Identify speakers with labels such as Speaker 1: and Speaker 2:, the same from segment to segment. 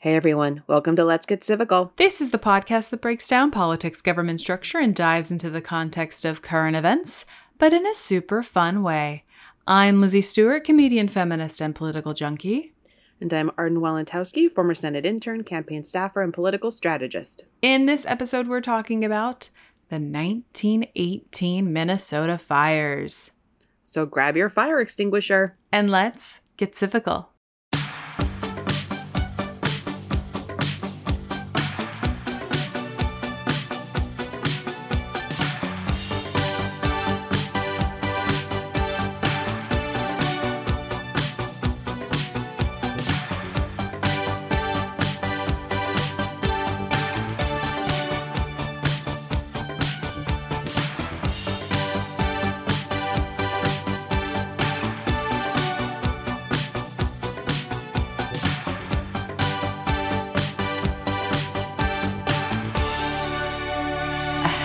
Speaker 1: Hey everyone, welcome to Let's Get Civical.
Speaker 2: This is the podcast that breaks down politics, government structure, and dives into the context of current events, but in a super fun way. I'm Lizzie Stewart, comedian, feminist, and political junkie.
Speaker 1: And I'm Arden Walentowski, former Senate intern, campaign staffer, and political strategist.
Speaker 2: In this episode, we're talking about the 1918 Minnesota fires.
Speaker 1: So grab your fire extinguisher.
Speaker 2: And let's get civical.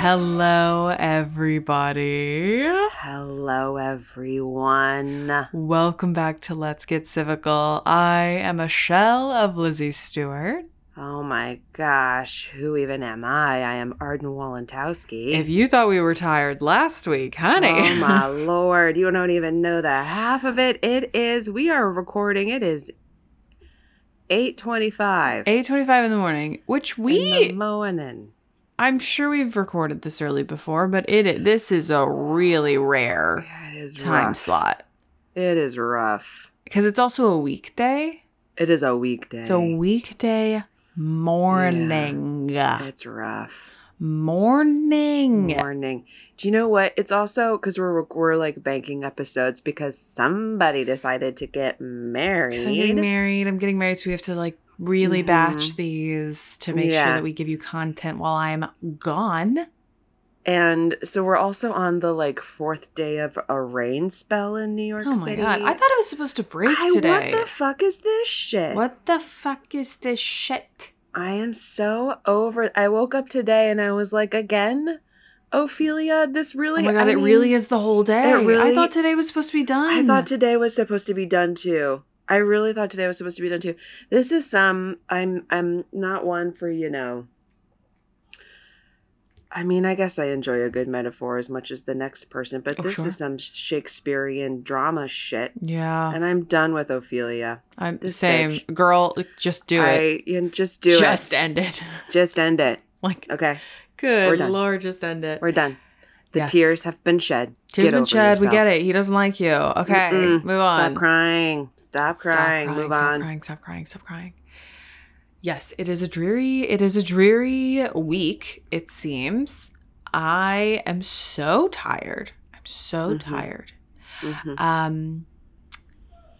Speaker 2: Hello, everybody.
Speaker 1: Hello everyone.
Speaker 2: Welcome back to Let's Get Civical. I am a shell of Lizzie Stewart.
Speaker 1: Oh my gosh, who even am I? I am Arden Walentowski.
Speaker 2: If you thought we were tired last week, honey.
Speaker 1: Oh my lord, you don't even know the half of it. It is we are recording. It is 8:25
Speaker 2: 8:25 in the morning, which
Speaker 1: in
Speaker 2: we
Speaker 1: the morning.
Speaker 2: I'm sure we've recorded this early before, but it this is a really rare
Speaker 1: Yeah, It is
Speaker 2: time
Speaker 1: rough.
Speaker 2: slot
Speaker 1: It is rough.
Speaker 2: cuz it's also a weekday.
Speaker 1: It is a weekday.
Speaker 2: It's a weekday morning.
Speaker 1: It's rough.
Speaker 2: Morning.
Speaker 1: morning. Do you know what? It's also because we're we're like banking episodes because somebody decided to get married.
Speaker 2: 'Cause I'm getting married. I'm getting married, so we have to like really
Speaker 1: Mhm.
Speaker 2: batch these to make
Speaker 1: Yeah.
Speaker 2: sure that we give you content while I'm gone.
Speaker 1: and so we're also on the like fourth day of a rain spell in New York
Speaker 2: Oh my
Speaker 1: City.
Speaker 2: god! I thought it was supposed to break
Speaker 1: I-
Speaker 2: today.
Speaker 1: What the fuck is this shit?
Speaker 2: What the fuck is this shit?
Speaker 1: I am so over. I woke up today and I was like, again, Ophelia, this really.
Speaker 2: oh my god!
Speaker 1: I
Speaker 2: it really
Speaker 1: mean,
Speaker 2: is the whole day. I
Speaker 1: really-
Speaker 2: thought today was supposed to be done.
Speaker 1: I thought today was supposed to be done too. I really thought today was supposed to be done too. This is some I'm I'm not one for, you know. I mean, I guess I enjoy a good metaphor as much as the next person, but
Speaker 2: Oh,
Speaker 1: this
Speaker 2: sure.
Speaker 1: is some Shakespearean drama shit.
Speaker 2: yeah,
Speaker 1: And I'm done with Ophelia.
Speaker 2: I'm the
Speaker 1: this
Speaker 2: same
Speaker 1: bitch.
Speaker 2: girl. like, Just do
Speaker 1: I
Speaker 2: it.
Speaker 1: you know, just do
Speaker 2: just
Speaker 1: it.
Speaker 2: end it.
Speaker 1: Just end it.
Speaker 2: like,
Speaker 1: Okay.
Speaker 2: good
Speaker 1: done.
Speaker 2: lord, just end it.
Speaker 1: We're done. The
Speaker 2: Yes.
Speaker 1: tears have been shed.
Speaker 2: Tears
Speaker 1: Get
Speaker 2: been
Speaker 1: over
Speaker 2: shed. We
Speaker 1: yourself.
Speaker 2: get it. He doesn't like you. Okay,
Speaker 1: Mm-mm.
Speaker 2: move on.
Speaker 1: Stop crying. Stop crying. Move
Speaker 2: stop
Speaker 1: on.
Speaker 2: crying, stop crying, stop crying. Yes, it is a dreary, it is a dreary week, it seems. I am so tired. I'm so
Speaker 1: Mhm.
Speaker 2: tired.
Speaker 1: Mhm.
Speaker 2: Um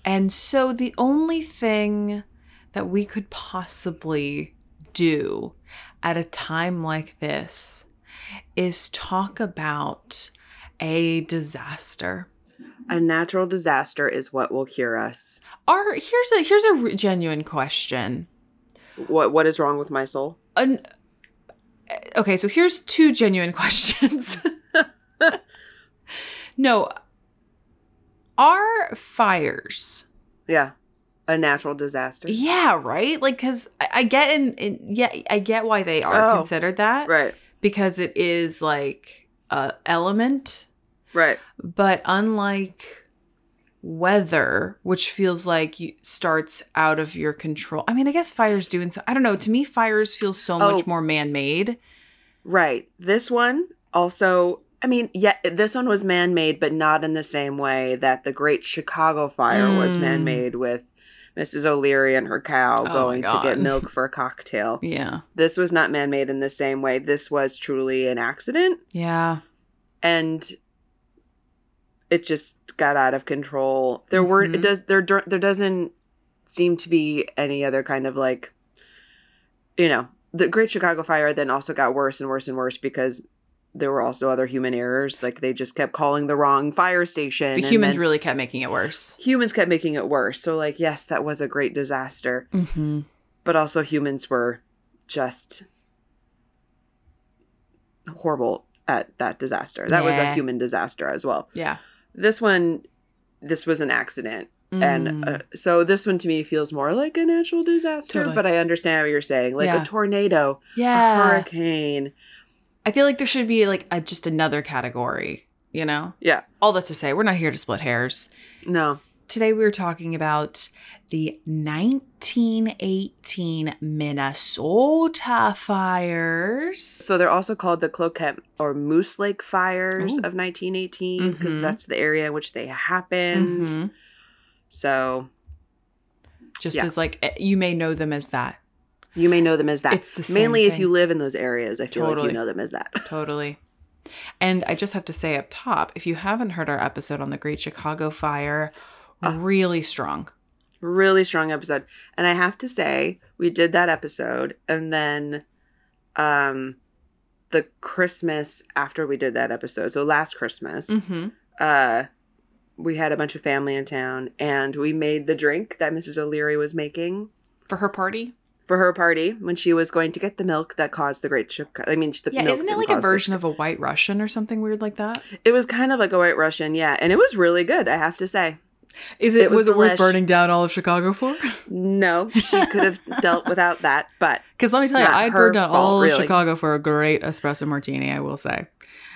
Speaker 2: and so the only thing that we could possibly do at a time like this is talk about a disaster.
Speaker 1: A natural disaster is what will cure us.
Speaker 2: Are here's a here's a re- genuine question.
Speaker 1: What what is wrong with my soul?
Speaker 2: an okay so here's two genuine questions No. Are fires?
Speaker 1: Yeah. A natural disaster.
Speaker 2: Yeah, right. Like, cause I, I get in, in, yeah, I get why they are
Speaker 1: Oh.
Speaker 2: considered that
Speaker 1: Right.
Speaker 2: because it is like a element,
Speaker 1: Right.
Speaker 2: but unlike weather, which feels like you, starts out of your control. I mean, I guess fires do, and so I don't know. To me, fires feel so much
Speaker 1: Oh.
Speaker 2: more man-made.
Speaker 1: Right. This one also, I mean, yeah, this one was man made, but not in the same way that the Great Chicago Fire was
Speaker 2: Mm. Oh
Speaker 1: man made with Mrs. O'Leary and her cow
Speaker 2: my
Speaker 1: going to
Speaker 2: God.
Speaker 1: get milk for a cocktail.
Speaker 2: Yeah,
Speaker 1: This was not man made in the same way. This was truly an accident.
Speaker 2: yeah.
Speaker 1: And it just got out of control. There were
Speaker 2: Mhm.
Speaker 1: it does there dur- there doesn't seem to be any other kind of like you know, the Great Chicago Fire then also got worse and worse and worse because there were also other human errors. Like they just kept calling the wrong fire station.
Speaker 2: The
Speaker 1: and
Speaker 2: humans
Speaker 1: then
Speaker 2: really kept making it worse.
Speaker 1: humans kept making it worse. So like, yes, that was a great disaster,
Speaker 2: Mm-hmm.
Speaker 1: but also humans were just horrible at that disaster. That was a
Speaker 2: Yeah.
Speaker 1: human disaster as well.
Speaker 2: Yeah.
Speaker 1: This one, this was an accident.
Speaker 2: Mm.
Speaker 1: And uh, so this one to me feels more like a natural disaster,
Speaker 2: Totally.
Speaker 1: but I understand what you're saying. Like
Speaker 2: Yeah.
Speaker 1: a tornado,
Speaker 2: yeah,
Speaker 1: a hurricane,
Speaker 2: I feel like there should be like a, just another category, you know?
Speaker 1: Yeah.
Speaker 2: All that to say, we're not here to split hairs.
Speaker 1: No.
Speaker 2: Today we were talking about the 1918 Minnesota fires.
Speaker 1: So they're also called the Cloquet or Moose Lake fires
Speaker 2: Ooh.
Speaker 1: of 1918 because
Speaker 2: Mhm.
Speaker 1: that's the area in which they happened.
Speaker 2: Mhm.
Speaker 1: So
Speaker 2: Just
Speaker 1: Mm-hmm. Yeah.
Speaker 2: as like eh, you may know them as that.
Speaker 1: you may know them as that.
Speaker 2: It's the same
Speaker 1: Mainly if
Speaker 2: thing.
Speaker 1: you live in those areas, I feel like
Speaker 2: Totally.
Speaker 1: you know them as that.
Speaker 2: Totally. And I just have to say up top, if you haven't heard our episode on the Great Chicago Fire,
Speaker 1: Ah.
Speaker 2: really strong.
Speaker 1: really strong episode. And I have to say, we did that episode and then um the Christmas after we did that episode. So last Christmas,
Speaker 2: Mm-hmm.
Speaker 1: uh we had a bunch of family in town and we made the drink that Mrs. O'Leary was making
Speaker 2: For her party?
Speaker 1: for her party when she was going to get the milk that caused the great Chicago. I mean, the
Speaker 2: Yeah,
Speaker 1: milk
Speaker 2: isn't it
Speaker 1: didn't
Speaker 2: like a
Speaker 1: cause the-
Speaker 2: version of a white Russian or something weird like that?
Speaker 1: It was kind of like a White Russian, yeah, and it was really good. I have to say,
Speaker 2: Is it,
Speaker 1: It was
Speaker 2: was, it worth
Speaker 1: delish.
Speaker 2: burning down all of Chicago for?
Speaker 1: no, she could have dealt without that, but
Speaker 2: Because let me tell you,
Speaker 1: Not
Speaker 2: I'd
Speaker 1: her
Speaker 2: burn down
Speaker 1: fault,
Speaker 2: all of
Speaker 1: really.
Speaker 2: Chicago for a great espresso martini. I will say,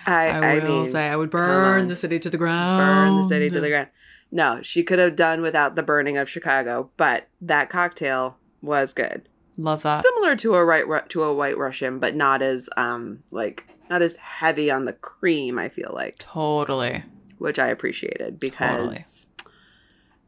Speaker 1: I,
Speaker 2: I,
Speaker 1: I,
Speaker 2: will
Speaker 1: mean,
Speaker 2: say, I would
Speaker 1: on.
Speaker 2: burn the city to the ground.
Speaker 1: burn the city to the ground. No, she could have done without the burning of Chicago, but that cocktail was good.
Speaker 2: Love that.
Speaker 1: Similar to a right Ru- to a White Russian, but not as um like not as heavy on the cream. I feel like,
Speaker 2: totally.
Speaker 1: which I appreciated because.
Speaker 2: Totally.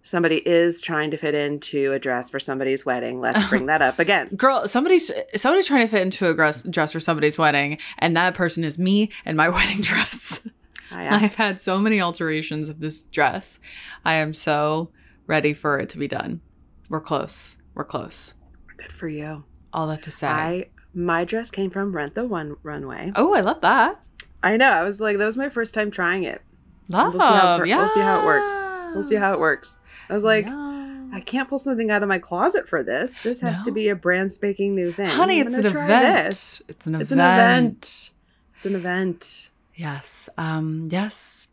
Speaker 1: Somebody is trying to fit into a dress for somebody's wedding. Let's bring that up again.
Speaker 2: Girl, somebody's somebody's trying to fit into a dress, dress for somebody's wedding, and that person is me and my wedding dress.
Speaker 1: I am
Speaker 2: I've had so many alterations of this dress. I am so ready for it to be done. We're close. We're close.
Speaker 1: good for you.
Speaker 2: All that to say.
Speaker 1: I my dress came from Rent the One Runway.
Speaker 2: oh, I love that.
Speaker 1: I know. I was like, that was my first time trying it.
Speaker 2: Love.
Speaker 1: We'll see how it wor- we'll see how it works. We'll see how
Speaker 2: Yes.
Speaker 1: it works. I was like,
Speaker 2: Yes.
Speaker 1: I can't pull something out of my closet for this. This has to
Speaker 2: No.
Speaker 1: be a brand spanking new thing.
Speaker 2: Honey,
Speaker 1: I'm
Speaker 2: it's an
Speaker 1: gonna try
Speaker 2: event.
Speaker 1: this.
Speaker 2: It's an
Speaker 1: It's an
Speaker 2: event.
Speaker 1: event. It's an event.
Speaker 2: Yes. Um, yes.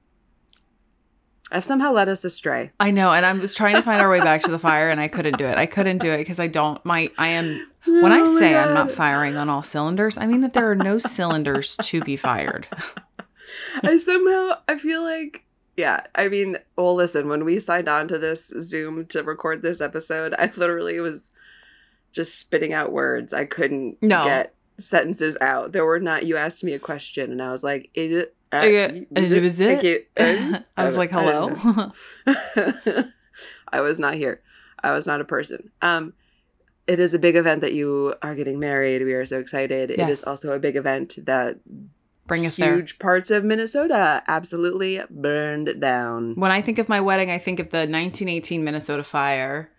Speaker 1: I've somehow led us astray.
Speaker 2: I know. And I was trying to find our way back to the fire and I couldn't do it. I couldn't do it because I don't my I am when
Speaker 1: Oh
Speaker 2: I
Speaker 1: my
Speaker 2: say I'm not
Speaker 1: God.
Speaker 2: firing on all cylinders, I mean that there are no cylinders to be fired.
Speaker 1: I somehow I feel like yeah, I mean, well, listen, when we signed on to this Zoom to record this episode, I literally was just spitting out words. I couldn't
Speaker 2: No.
Speaker 1: get sentences out. There were not. You asked me a question, and I was like, "Is it?" uh,
Speaker 2: Okay,
Speaker 1: is it-
Speaker 2: is it-
Speaker 1: thank you, uh,
Speaker 2: I was
Speaker 1: don't-
Speaker 2: like,
Speaker 1: I don't
Speaker 2: hello.
Speaker 1: know. I was not here. I was not a person. Um, it is a big event that you are getting married. We are so excited. It
Speaker 2: Yes.
Speaker 1: is also a big event that
Speaker 2: Bring us there.
Speaker 1: huge parts of Minnesota absolutely burned down.
Speaker 2: When I think of my wedding, I think of the 1918 Minnesota fire.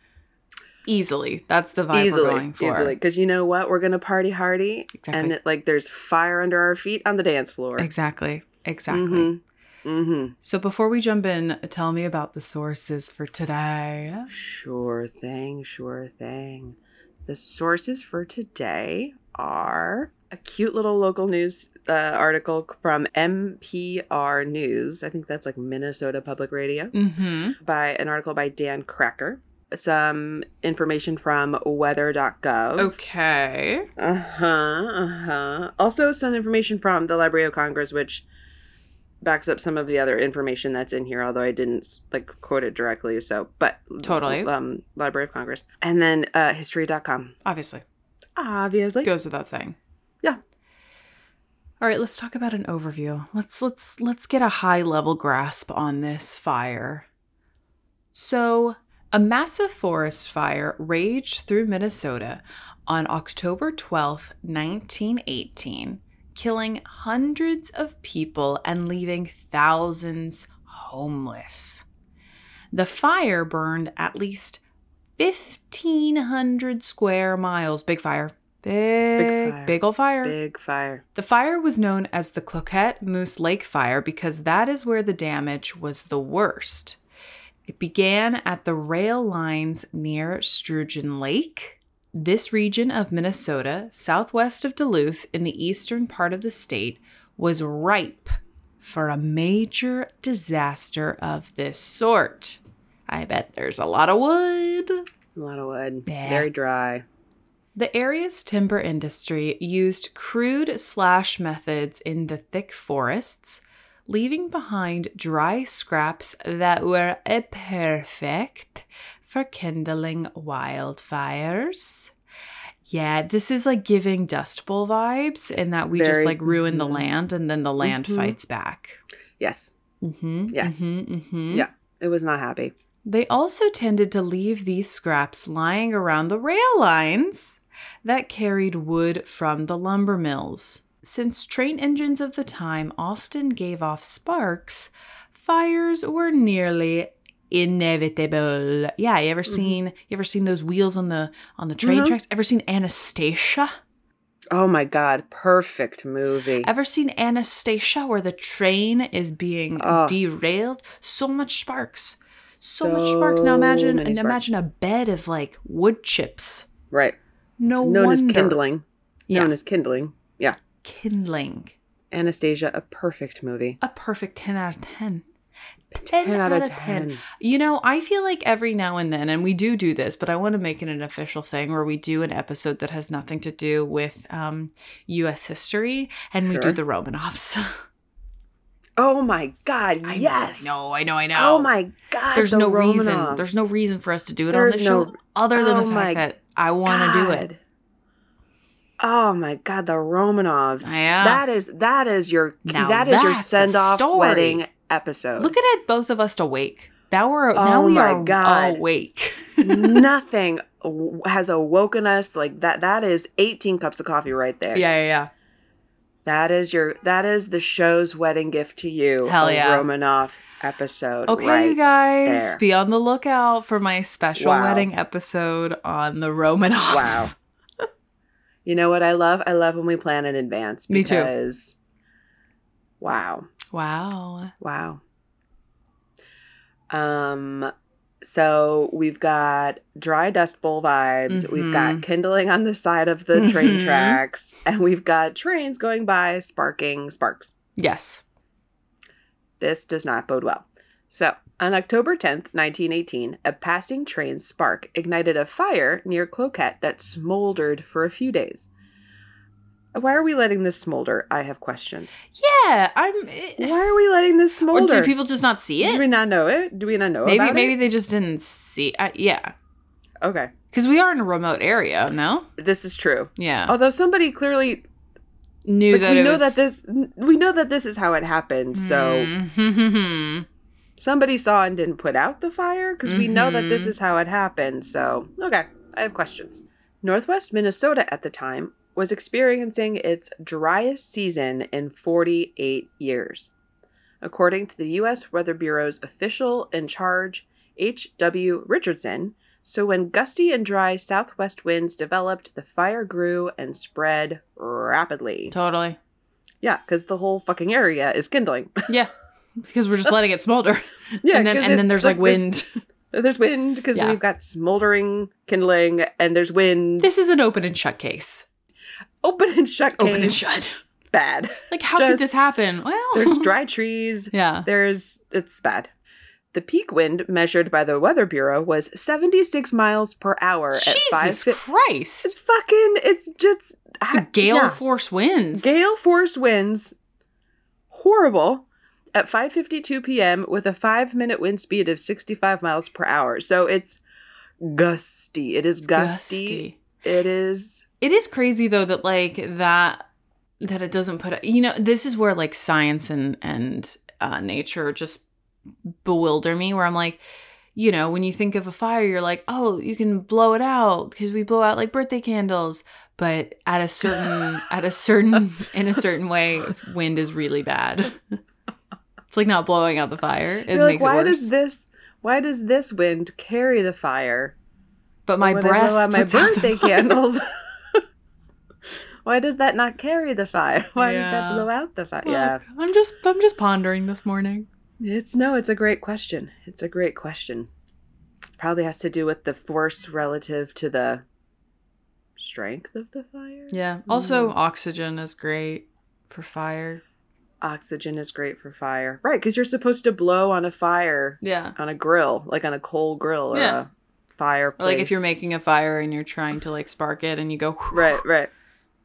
Speaker 2: Easily. That's the vibe we're
Speaker 1: Easily,
Speaker 2: going for.
Speaker 1: easily, because you know what? We're gonna party hardy,
Speaker 2: Exactly.
Speaker 1: and it, like there's fire under our feet on the dance floor.
Speaker 2: Exactly. Exactly.
Speaker 1: hmm
Speaker 2: So before we jump in, tell me about the sources for today.
Speaker 1: Sure thing, sure thing. The sources for today are a cute little local news uh, article from MPR News. I think that's like Minnesota Public Radio
Speaker 2: Mm-hmm.
Speaker 1: by an article by Dan Cracker. Some information from weather.gov.
Speaker 2: Okay.
Speaker 1: Uh huh. Uh huh. Also, some information from the Library of Congress, which backs up some of the other information that's in here, although I didn't like quote it directly. So, but
Speaker 2: Totally.
Speaker 1: um, Library of Congress, and then uh, history.com.
Speaker 2: Obviously.
Speaker 1: Obviously,
Speaker 2: Goes without saying.
Speaker 1: Yeah.
Speaker 2: All right, let's talk about an overview. Let's let's let's get a high level grasp on this fire. So, a massive forest fire raged through Minnesota on October 12th, 1918, killing hundreds of people and leaving thousands homeless. The fire burned at least 1500 square miles, big fire. Big, big,
Speaker 1: fire.
Speaker 2: old fire.
Speaker 1: big fire.
Speaker 2: The fire was known as the Cloquet Moose Lake Fire because that is where the damage was the worst. It began at the rail lines near Sturgeon Lake. This region of Minnesota, southwest of Duluth in the eastern part of the state, was ripe for a major disaster of this sort. I bet there's a lot of wood.
Speaker 1: A lot of wood.
Speaker 2: Yeah.
Speaker 1: Very dry.
Speaker 2: The area's timber industry used crude slash methods in the thick forests, leaving behind dry scraps that were uh, perfect for kindling wildfires. Yeah, this is like giving Dust Bowl vibes, in that we just
Speaker 1: Very-
Speaker 2: like ruin the
Speaker 1: mhm.
Speaker 2: land and then the land
Speaker 1: Mhm.
Speaker 2: fights back.
Speaker 1: Yes,
Speaker 2: Mm-hmm,
Speaker 1: Yes.
Speaker 2: hmm
Speaker 1: Yeah. it was not happy.
Speaker 2: they also tended to leave these scraps lying around the rail lines that carried wood from the lumber mills. Since train engines of the time often gave off sparks, fires were nearly inevitable. Yeah, you ever seen you ever seen those wheels on the on the train
Speaker 1: Mhm.
Speaker 2: tracks? Ever seen Anastasia?
Speaker 1: Oh my god, perfect movie.
Speaker 2: Ever seen Anastasia where the train is being
Speaker 1: Ugh.
Speaker 2: derailed? So much sparks. So, much sparks. Now imagine
Speaker 1: many
Speaker 2: and
Speaker 1: sparks.
Speaker 2: imagine a bed of like wood chips.
Speaker 1: Right,
Speaker 2: No
Speaker 1: known as
Speaker 2: wonder.
Speaker 1: kindling.
Speaker 2: Yeah.
Speaker 1: Known as kindling. Yeah,
Speaker 2: kindling.
Speaker 1: Anastasia, a perfect movie.
Speaker 2: A perfect 10 out of 10. 10,
Speaker 1: 10 out of 10.
Speaker 2: You know, I feel like every now and then, and we do do this, but I want to make it an official thing where we do an episode that has nothing to do with um, U.S. history and we do
Speaker 1: Sure.
Speaker 2: the Romanovs.
Speaker 1: Oh my god,
Speaker 2: I know,
Speaker 1: yes.
Speaker 2: No, I know, I know.
Speaker 1: Oh my god.
Speaker 2: there's
Speaker 1: the
Speaker 2: no reason.
Speaker 1: Romanovs.
Speaker 2: There's no reason for us to do it
Speaker 1: There's
Speaker 2: on this
Speaker 1: no-
Speaker 2: show other than
Speaker 1: Oh
Speaker 2: the
Speaker 1: my
Speaker 2: fact that I want to do it.
Speaker 1: God. Oh my god, the Romanovs.
Speaker 2: Yeah.
Speaker 1: That is that is your
Speaker 2: Now
Speaker 1: that is your
Speaker 2: that's a
Speaker 1: send-off
Speaker 2: story.
Speaker 1: wedding episode.
Speaker 2: Look at it, both of us awake. Now we're now
Speaker 1: Oh
Speaker 2: we
Speaker 1: my
Speaker 2: are
Speaker 1: God.
Speaker 2: awake.
Speaker 1: Nothing w- has awoken us like that that is 18 cups of coffee right there.
Speaker 2: yeah,
Speaker 1: That is your that is the show's wedding gift to you.
Speaker 2: Hell
Speaker 1: a
Speaker 2: yeah.
Speaker 1: Romanov episode.
Speaker 2: Okay,
Speaker 1: right
Speaker 2: you guys,
Speaker 1: there.
Speaker 2: be on the lookout for my special
Speaker 1: Wow.
Speaker 2: wedding episode on the Romanovs.
Speaker 1: Wow. You know what I love? I love when we plan in advance.
Speaker 2: Me too.
Speaker 1: Because, wow.
Speaker 2: Wow.
Speaker 1: Wow. Um so we've got dry dust bowl vibes, we've got
Speaker 2: Mhm.
Speaker 1: kindling on the side of the train
Speaker 2: Mhm.
Speaker 1: tracks, and we've got trains going by sparking sparks.
Speaker 2: Yes.
Speaker 1: This does not bode well. So, on October 10th, 1918, a passing train spark ignited a fire near Cloquet that smoldered for a few days. Why are we letting this smolder? I have questions.
Speaker 2: Yeah, I'm. It,
Speaker 1: Why are we letting this smolder?
Speaker 2: or do people just not see
Speaker 1: Do we
Speaker 2: it?
Speaker 1: not know it? Do we not know
Speaker 2: Maybe
Speaker 1: about
Speaker 2: maybe
Speaker 1: it?
Speaker 2: they just didn't see. I, yeah,
Speaker 1: Okay,
Speaker 2: because we are in a remote area. No.
Speaker 1: this is true.
Speaker 2: Yeah.
Speaker 1: Although somebody clearly,
Speaker 2: Knew
Speaker 1: Oh, like,
Speaker 2: that
Speaker 1: we
Speaker 2: it
Speaker 1: know
Speaker 2: was. Hmm.
Speaker 1: that this, we know that this is how it happened. So
Speaker 2: So.
Speaker 1: somebody saw and didn't put out the fire because we know that this
Speaker 2: Mhm.
Speaker 1: is how it happened. So okay, I have questions. Northwest Minnesota at the time was experiencing its driest season in 48 years, according to the U.S. Weather Bureau's official in charge H.W. Richardson. So, when gusty and dry southwest winds developed, the fire grew and spread rapidly.
Speaker 2: Totally.
Speaker 1: Yeah, because the whole fucking area is kindling.
Speaker 2: Yeah. Because we're just letting it smolder.
Speaker 1: yeah,
Speaker 2: and then
Speaker 1: 'cause
Speaker 2: and then
Speaker 1: it's
Speaker 2: there's like wind.
Speaker 1: There's wind because
Speaker 2: Yeah.
Speaker 1: we've got smoldering kindling, and there's wind.
Speaker 2: This is an open and shut case.
Speaker 1: open and shut case.
Speaker 2: Open and shut.
Speaker 1: Bad.
Speaker 2: Like, how could this
Speaker 1: Just-
Speaker 2: happen? Well,
Speaker 1: There's dry trees.
Speaker 2: yeah.
Speaker 1: There's it's bad. The peak wind measured by the Weather Bureau was 76 miles per hour at five.
Speaker 2: Jesus
Speaker 1: fi-
Speaker 2: Christ.
Speaker 1: It's fucking. It's just
Speaker 2: The gale
Speaker 1: yeah.
Speaker 2: force winds.
Speaker 1: Gale force winds, horrible, at 5:52 p.m. with a 5-minute wind speed of 65 miles per hour. So it's gusty. It is gusty.
Speaker 2: Gusty.
Speaker 1: It is
Speaker 2: It is crazy though that like that that it doesn't put you know this is where like science and and uh, nature just bewilder me where I'm like you know when you think of a fire you're like oh you can blow it out because we blow out like birthday candles but at a certain at a certain in a certain way wind is really bad it's like not blowing out the fire it
Speaker 1: You're like,
Speaker 2: makes
Speaker 1: why
Speaker 2: it worse
Speaker 1: does this why does this wind carry the fire?
Speaker 2: but my
Speaker 1: when I
Speaker 2: breath
Speaker 1: blow out my
Speaker 2: puts out the
Speaker 1: birthday
Speaker 2: fire.
Speaker 1: candles. why does that not carry the fire? Why does that
Speaker 2: Yeah.
Speaker 1: blow out the fire? Yeah.
Speaker 2: Look, I'm just I'm just pondering this morning
Speaker 1: It's no, it's a great question. It's a great question. Probably has to do with the force relative to the strength of the fire.
Speaker 2: Yeah. Also,
Speaker 1: Mm.
Speaker 2: oxygen is great for fire.
Speaker 1: Oxygen is great for fire. Right, because you're supposed to blow on a fire
Speaker 2: Yeah.
Speaker 1: on a grill, like on a coal grill or
Speaker 2: Yeah.
Speaker 1: a fireplace.
Speaker 2: Or like if you're making a fire and you're trying to like spark it and you go
Speaker 1: Right, right.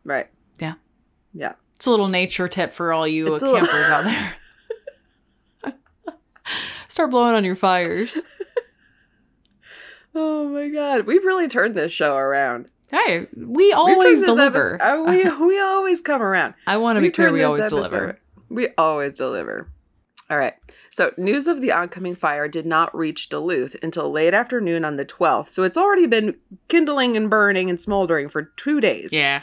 Speaker 1: Right.
Speaker 2: Yeah.
Speaker 1: Yeah.
Speaker 2: It's a little nature tip for all you uh,
Speaker 1: It's a little-
Speaker 2: campers out there. Start blowing on your fires.
Speaker 1: Oh my god. We've really turned this show around.
Speaker 2: Hey, we
Speaker 1: We've
Speaker 2: always
Speaker 1: turned this
Speaker 2: deliver.
Speaker 1: episode- uh, we we always come around.
Speaker 2: I want to be clear.
Speaker 1: turn
Speaker 2: We
Speaker 1: this
Speaker 2: always
Speaker 1: episode-
Speaker 2: deliver.
Speaker 1: We always deliver. All right. So news of the oncoming fire did not reach Duluth until late afternoon on the 12th. So it's already been kindling and burning and smoldering for two days.
Speaker 2: Yeah.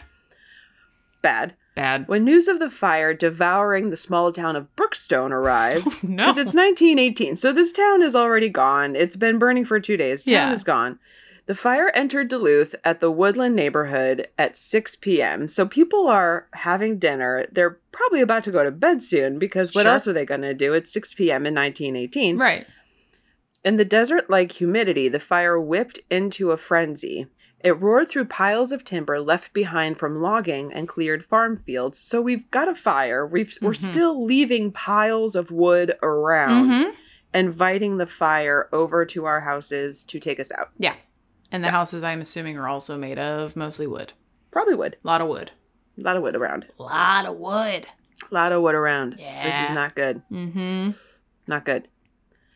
Speaker 1: Bad.
Speaker 2: Bad.
Speaker 1: When news of the fire devouring the small town of Brookstone arrived,
Speaker 2: no.
Speaker 1: because it's 1918. So this town is already gone. It's been burning for two days. Town
Speaker 2: Yeah.
Speaker 1: is gone. The fire entered Duluth at the Woodland neighborhood at 6 p.m. So people are having dinner. They're probably about to go to bed soon because what
Speaker 2: Sure.
Speaker 1: else were they going to do? It's 6 p.m. in 1918.
Speaker 2: right.
Speaker 1: In the desert like humidity, the fire whipped into a frenzy. It roared through piles of timber left behind from logging and cleared farm fields. So we've got a fire. We've, We're
Speaker 2: Mhm.
Speaker 1: still leaving piles of wood around,
Speaker 2: Mhm.
Speaker 1: inviting the fire over to our houses to take us out.
Speaker 2: Yeah. And the houses, I'm assuming, are also made of mostly wood.
Speaker 1: Probably wood.
Speaker 2: A lot of wood.
Speaker 1: A lot of wood around.
Speaker 2: A lot of wood.
Speaker 1: A lot of wood around. This
Speaker 2: Yeah.
Speaker 1: is not good.
Speaker 2: Mm-hmm.
Speaker 1: Not good.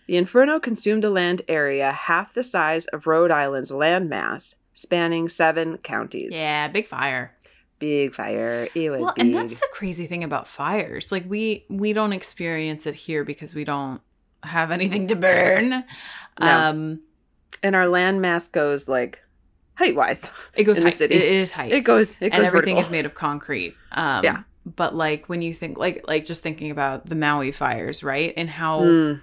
Speaker 1: The inferno consumed a land area half the size of Rhode Island's landmass, spanning seven counties.
Speaker 2: Yeah, big fire.
Speaker 1: big fire. It was
Speaker 2: Well,
Speaker 1: big.
Speaker 2: and that's the crazy thing about fires. Like we we don't experience it here because we don't have anything to burn.
Speaker 1: No.
Speaker 2: Um
Speaker 1: and our landmass goes like height wise.
Speaker 2: it goes
Speaker 1: In the
Speaker 2: high.
Speaker 1: city.
Speaker 2: It is high.
Speaker 1: It goes. It goes.
Speaker 2: and everything
Speaker 1: vertical.
Speaker 2: is made of concrete. Um
Speaker 1: Yeah.
Speaker 2: but like when you think like like just thinking about the Maui fires, right? And how
Speaker 1: Mm,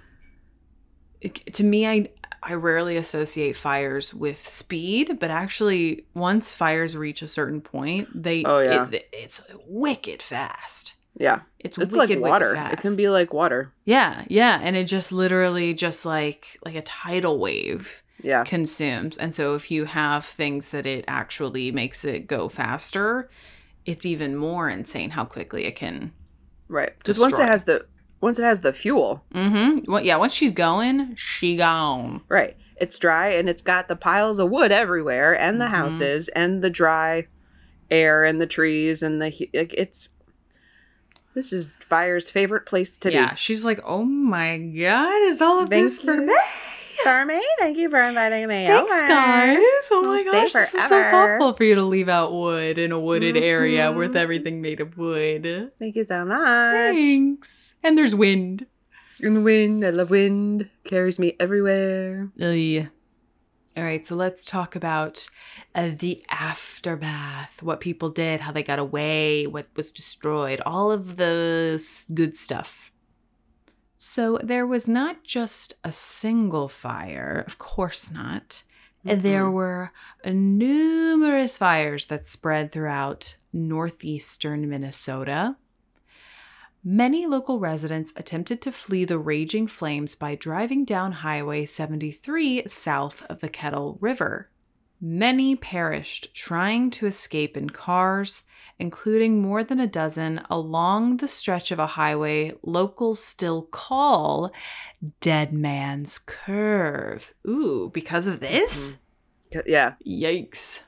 Speaker 2: it- to me I I rarely associate fires with speed, but actually once fires reach a certain point, they
Speaker 1: Oh, yeah.
Speaker 2: it, it's wicked fast.
Speaker 1: yeah,
Speaker 2: It's,
Speaker 1: it's
Speaker 2: wicked,
Speaker 1: like water.
Speaker 2: Wicked fast.
Speaker 1: It can be like water.
Speaker 2: Yeah, yeah, and it just literally just like like a tidal wave
Speaker 1: Yeah,
Speaker 2: consumes. And so if you have things that it actually makes it go faster, it's even more insane how quickly it can.
Speaker 1: right. Just once it
Speaker 2: Destroy.
Speaker 1: has the once it has the fuel,
Speaker 2: Mhm. Well, yeah, once she's going, she gone.
Speaker 1: right? It's dry and it's got the piles of wood everywhere, and the
Speaker 2: Mhm.
Speaker 1: houses, and the dry air, and the trees, and the hu- like, it's. This is fire's favorite place to
Speaker 2: yeah,
Speaker 1: be.
Speaker 2: she's like, "Oh my god, is all of
Speaker 1: Thank
Speaker 2: this for
Speaker 1: you.
Speaker 2: me?"
Speaker 1: Stormy, thank you for inviting me
Speaker 2: Thanks,
Speaker 1: over.
Speaker 2: guys. Oh
Speaker 1: We'll
Speaker 2: my
Speaker 1: stay
Speaker 2: gosh, this is so
Speaker 1: forever.
Speaker 2: thoughtful for you to leave out wood in a wooded area
Speaker 1: Mhm.
Speaker 2: with everything made of wood.
Speaker 1: Thank you so much.
Speaker 2: Thanks. And there's wind.
Speaker 1: In the wind, I love wind. Carries me everywhere.
Speaker 2: Ugh. All right, so let's talk about uh, the aftermath, what people did, how they got away, what was destroyed, all of the s- good stuff. So there was not just a single fire, of course not. There were numerous fires that spread throughout northeastern Minnesota. Many local residents attempted to flee the raging flames by driving down Highway 73 south of the Kettle River. Many perished trying to escape in cars, including more than a dozen along the stretch of a highway locals still call Dead Man's Curve. Ooh, because of this?
Speaker 1: Yeah.
Speaker 2: Yikes.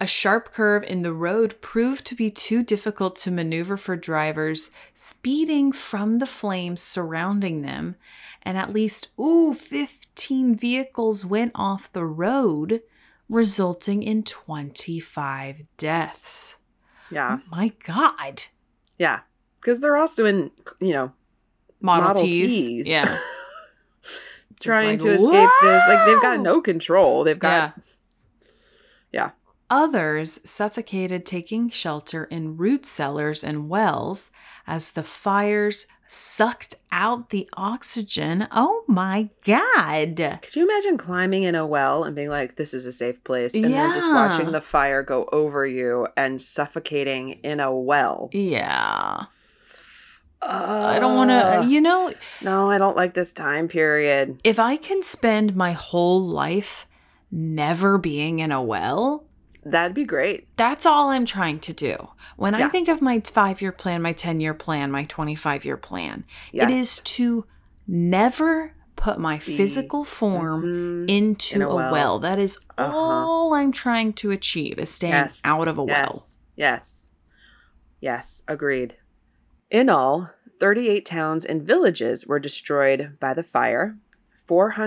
Speaker 2: A sharp curve in the road proved to be too difficult to maneuver for drivers speeding from the flames surrounding them, and at least ooh 15 vehicles went off the road, resulting in 25 deaths.
Speaker 1: Yeah.
Speaker 2: Oh my god.
Speaker 1: Yeah. Because they're also in, you know,
Speaker 2: Model,
Speaker 1: Model
Speaker 2: Ts.
Speaker 1: Ts.
Speaker 2: Yeah. Just
Speaker 1: trying
Speaker 2: like,
Speaker 1: to escape this. Like they've got
Speaker 2: "Whoa!"
Speaker 1: no control. They've got Yeah.
Speaker 2: Others suffocated taking shelter in root cellars and wells as the fires sucked out the oxygen. Oh my God.
Speaker 1: Could you imagine climbing in a well and being like, this is a safe place? And then just watching
Speaker 2: Yeah.
Speaker 1: the fire go over you and suffocating in a well.
Speaker 2: Yeah. I don't want to,
Speaker 1: Ugh.
Speaker 2: you know,
Speaker 1: No, I don't like this time period.
Speaker 2: if I can spend my whole life never being in a well,
Speaker 1: That'd be great.
Speaker 2: that's all I'm trying to do. When I
Speaker 1: Yeah.
Speaker 2: think of my five year plan, my 10 year plan, my 25 year plan,
Speaker 1: Yes.
Speaker 2: It is to never put my
Speaker 1: Be-
Speaker 2: physical form
Speaker 1: Mhm.
Speaker 2: into
Speaker 1: In
Speaker 2: a,
Speaker 1: a
Speaker 2: well.
Speaker 1: well.
Speaker 2: That is
Speaker 1: Uh-huh.
Speaker 2: all I'm trying to achieve is staying
Speaker 1: Yes.
Speaker 2: out of a well.
Speaker 1: Yes. Yes. Yes. Agreed. In all, 38 towns and villages were destroyed by the fire.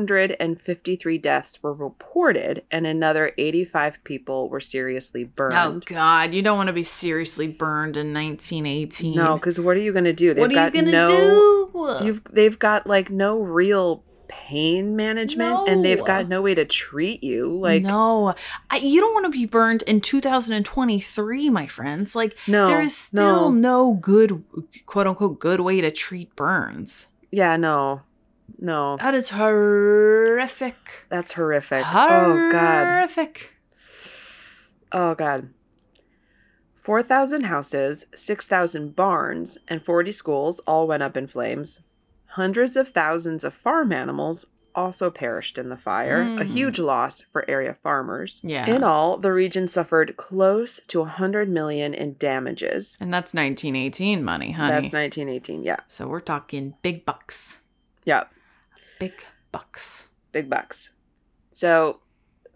Speaker 1: 453 deaths were reported, and another 85 people were seriously
Speaker 2: Oh
Speaker 1: burned.
Speaker 2: God, you don't want to be seriously burned in 1918.
Speaker 1: no, because what are you going to do? They've
Speaker 2: what are you
Speaker 1: got
Speaker 2: gonna
Speaker 1: no.
Speaker 2: do?
Speaker 1: You've they've got like no real pain management, and they've
Speaker 2: No.
Speaker 1: got no way to treat you. Like
Speaker 2: no, I, you don't want to be burned in 2023, my friends. Like
Speaker 1: no,
Speaker 2: there is still
Speaker 1: no.
Speaker 2: no good, quote unquote, good way to treat burns.
Speaker 1: yeah, no, no.
Speaker 2: That is horrific.
Speaker 1: That's horrific. Oh god.
Speaker 2: Horrific.
Speaker 1: Oh god. 4,000 houses, 6,000 barns, and 40 schools all went up in flames. Hundreds of thousands of farm animals also perished in the fire, a
Speaker 2: Mm.
Speaker 1: huge loss for area farmers.
Speaker 2: Yeah.
Speaker 1: In all, the region suffered close to 100 million in damages.
Speaker 2: And that's 1918 money, honey.
Speaker 1: That's 1918. Yeah.
Speaker 2: so we're talking big bucks.
Speaker 1: Yeah.
Speaker 2: Big bucks.
Speaker 1: Big bucks. So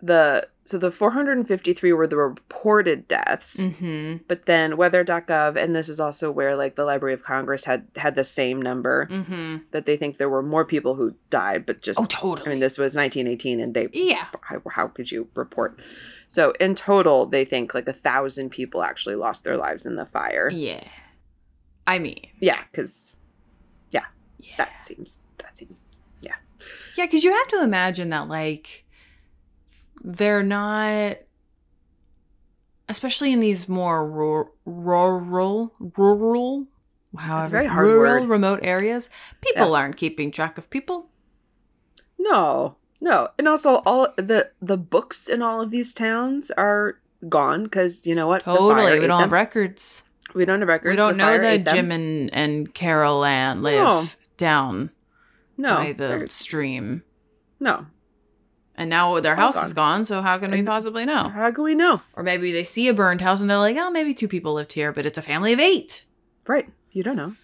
Speaker 1: the so the 453 were the reported deaths.
Speaker 2: Mm-hmm.
Speaker 1: but then weather.gov and this is also where like the library of congress had had the same number
Speaker 2: Mm-hmm.
Speaker 1: that they think there were more people who died but just
Speaker 2: Oh,
Speaker 1: i
Speaker 2: totally.
Speaker 1: mean this was 1918 and they
Speaker 2: yeah.
Speaker 1: how, how could you report so in total they think like a thousand people actually lost their lives in the fire
Speaker 2: Yeah. I mean,
Speaker 1: yeah because
Speaker 2: yeah.
Speaker 1: that seems that seems
Speaker 2: Yeah, because you have to imagine that, like, they're not, especially in these more rural, rural, rural, however,
Speaker 1: very hard
Speaker 2: rural,
Speaker 1: word.
Speaker 2: remote areas, people aren't keeping track of people.
Speaker 1: no no and also all the the books in all of these towns are gone because you know what The fire
Speaker 2: Totally.
Speaker 1: ate
Speaker 2: We don't have
Speaker 1: them.
Speaker 2: records.
Speaker 1: we don't have records
Speaker 2: We don't
Speaker 1: The
Speaker 2: know
Speaker 1: fire
Speaker 2: that
Speaker 1: ate them.
Speaker 2: Jim and, and Carol Ann live
Speaker 1: No.
Speaker 2: down
Speaker 1: no
Speaker 2: by the
Speaker 1: there's-
Speaker 2: stream.
Speaker 1: no
Speaker 2: And now their
Speaker 1: All
Speaker 2: house is gone, so how can we
Speaker 1: And-
Speaker 2: possibly know?
Speaker 1: How do we know?
Speaker 2: Or maybe they see a burned house and they're like, oh, maybe two people lived here, but it's a family of eight.
Speaker 1: Right. You don't know.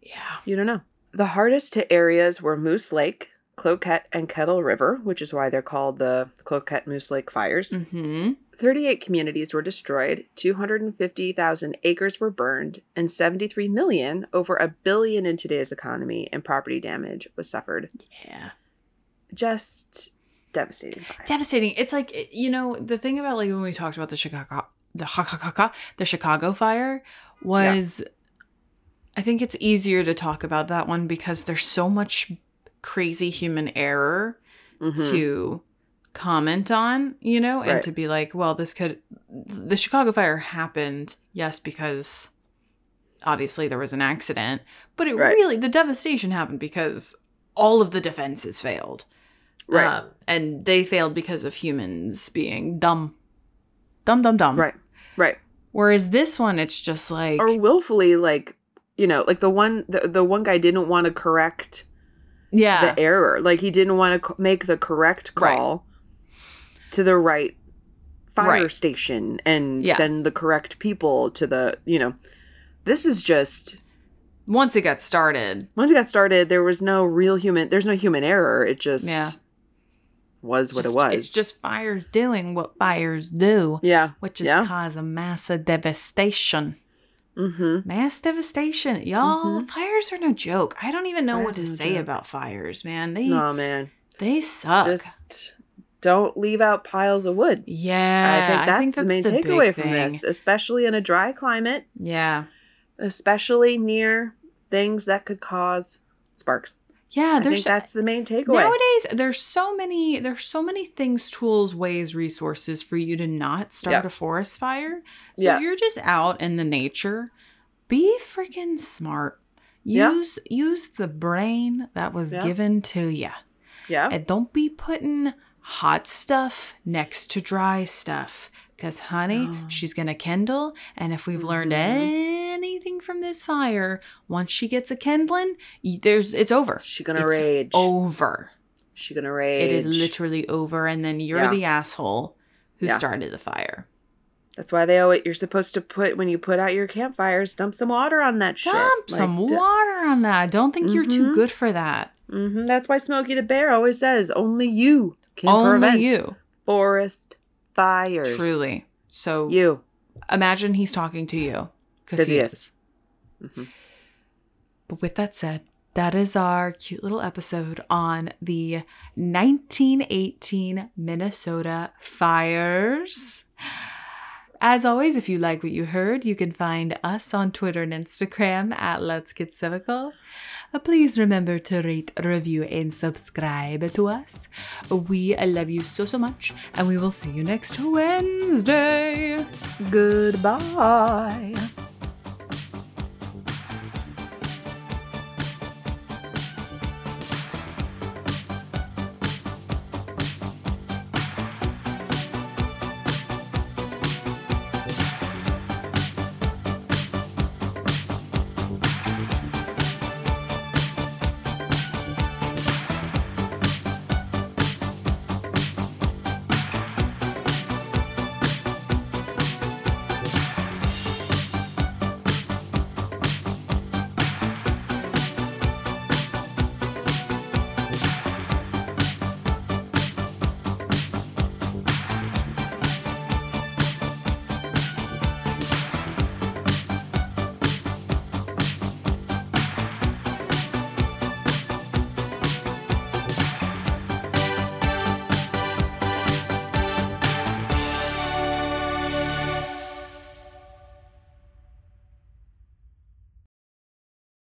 Speaker 2: Yeah.
Speaker 1: You don't know. The hardest hit areas were Moose Lake, Cloquet, and Kettle River, which is why they're called the Cloquet Moose Lake fires.
Speaker 2: Mm-hmm.
Speaker 1: 38 communities were destroyed, 250,000 acres were burned, and 73 million, over a billion in today's economy, and property damage was suffered.
Speaker 2: Yeah.
Speaker 1: Just devastating fire.
Speaker 2: Devastating. It's like, it- you know, the thing about like when we talked about the Chicago, the, ha- ha- ha- ha- the Chicago fire was, I think it's easier to talk about that one because there's so much crazy human error
Speaker 1: Mhm.
Speaker 2: to comment on, you know, and
Speaker 1: Right.
Speaker 2: to be like, well, this could the Chicago fire happened, yes, because obviously there was an accident, but it
Speaker 1: Right.
Speaker 2: really the devastation happened because all of the defenses failed.
Speaker 1: Right.
Speaker 2: Um, and they failed because of humans being dumb. Dumb dumb dumb.
Speaker 1: right. Right.
Speaker 2: Whereas this one it's just like
Speaker 1: Or willfully, like, you know, like the one, the, the one guy didn't want to correct
Speaker 2: yeah.
Speaker 1: the error. Like he didn't want to co- make the correct
Speaker 2: Right.
Speaker 1: call to the right fire
Speaker 2: Right.
Speaker 1: station and
Speaker 2: Yeah.
Speaker 1: send the correct people to the, you know, this is just
Speaker 2: Once it got started,
Speaker 1: once it got started, there was no real human. There's no human error. It just
Speaker 2: Yeah.
Speaker 1: was what
Speaker 2: just-
Speaker 1: it was.
Speaker 2: It's just fires doing what fires do,
Speaker 1: yeah,
Speaker 2: which is
Speaker 1: Yeah.
Speaker 2: cause a massive devastation.
Speaker 1: mm-hmm.
Speaker 2: Mass devastation, y'all. Fires are no joke. I don't even know what to
Speaker 1: Fires are no
Speaker 2: say
Speaker 1: joke.
Speaker 2: about fires, man. They
Speaker 1: No man,
Speaker 2: they suck.
Speaker 1: just don't leave out piles of wood.
Speaker 2: yeah,
Speaker 1: I think that's the main
Speaker 2: big
Speaker 1: takeaway from
Speaker 2: thing.
Speaker 1: this, especially in a dry climate,
Speaker 2: Yeah,
Speaker 1: especially near things that could cause sparks.
Speaker 2: yeah.
Speaker 1: I think
Speaker 2: There's
Speaker 1: that's the main takeaway.
Speaker 2: nowadays there's so many there's so many things tools ways resources for you to not start
Speaker 1: Yeah.
Speaker 2: a forest fire so
Speaker 1: Yeah.
Speaker 2: if you're just out in the nature be freaking smart
Speaker 1: Yeah.
Speaker 2: use use the brain that was
Speaker 1: Yeah.
Speaker 2: given to you
Speaker 1: yeah,
Speaker 2: and don't be putting hot stuff next to dry stuff because honey
Speaker 1: No.
Speaker 2: she's gonna kindle and if we've learned
Speaker 1: Mhm.
Speaker 2: anything from this fire once she gets a kindling y- there's it's over
Speaker 1: she gonna
Speaker 2: it's
Speaker 1: rage.
Speaker 2: over
Speaker 1: she gonna rage.
Speaker 2: it is literally over and then you're
Speaker 1: Yeah.
Speaker 2: the asshole who
Speaker 1: Yeah.
Speaker 2: started the fire
Speaker 1: That's why they always. You're supposed to put when you put out your campfires, dump some water on that shit.
Speaker 2: dump some
Speaker 1: Like, d-
Speaker 2: water on that i don't think you're too
Speaker 1: Mhm.
Speaker 2: good for that
Speaker 1: hmm That's why Smokey the Bear always says, "Only you can prevent
Speaker 2: only you
Speaker 1: forest fires."
Speaker 2: truly so
Speaker 1: you.
Speaker 2: imagine he's talking to you
Speaker 1: 'Cause
Speaker 2: because he
Speaker 1: he
Speaker 2: is,
Speaker 1: is. Mhm.
Speaker 2: but with that said that is our cute little episode on the 1918 Minnesota fires. As always, if you like what you heard, you can find us on Twitter and Instagram at Let's Get Civical. Uh, Please remember to rate, review, and subscribe to us. We love you so, so much, and we will see you next Wednesday.
Speaker 1: Goodbye.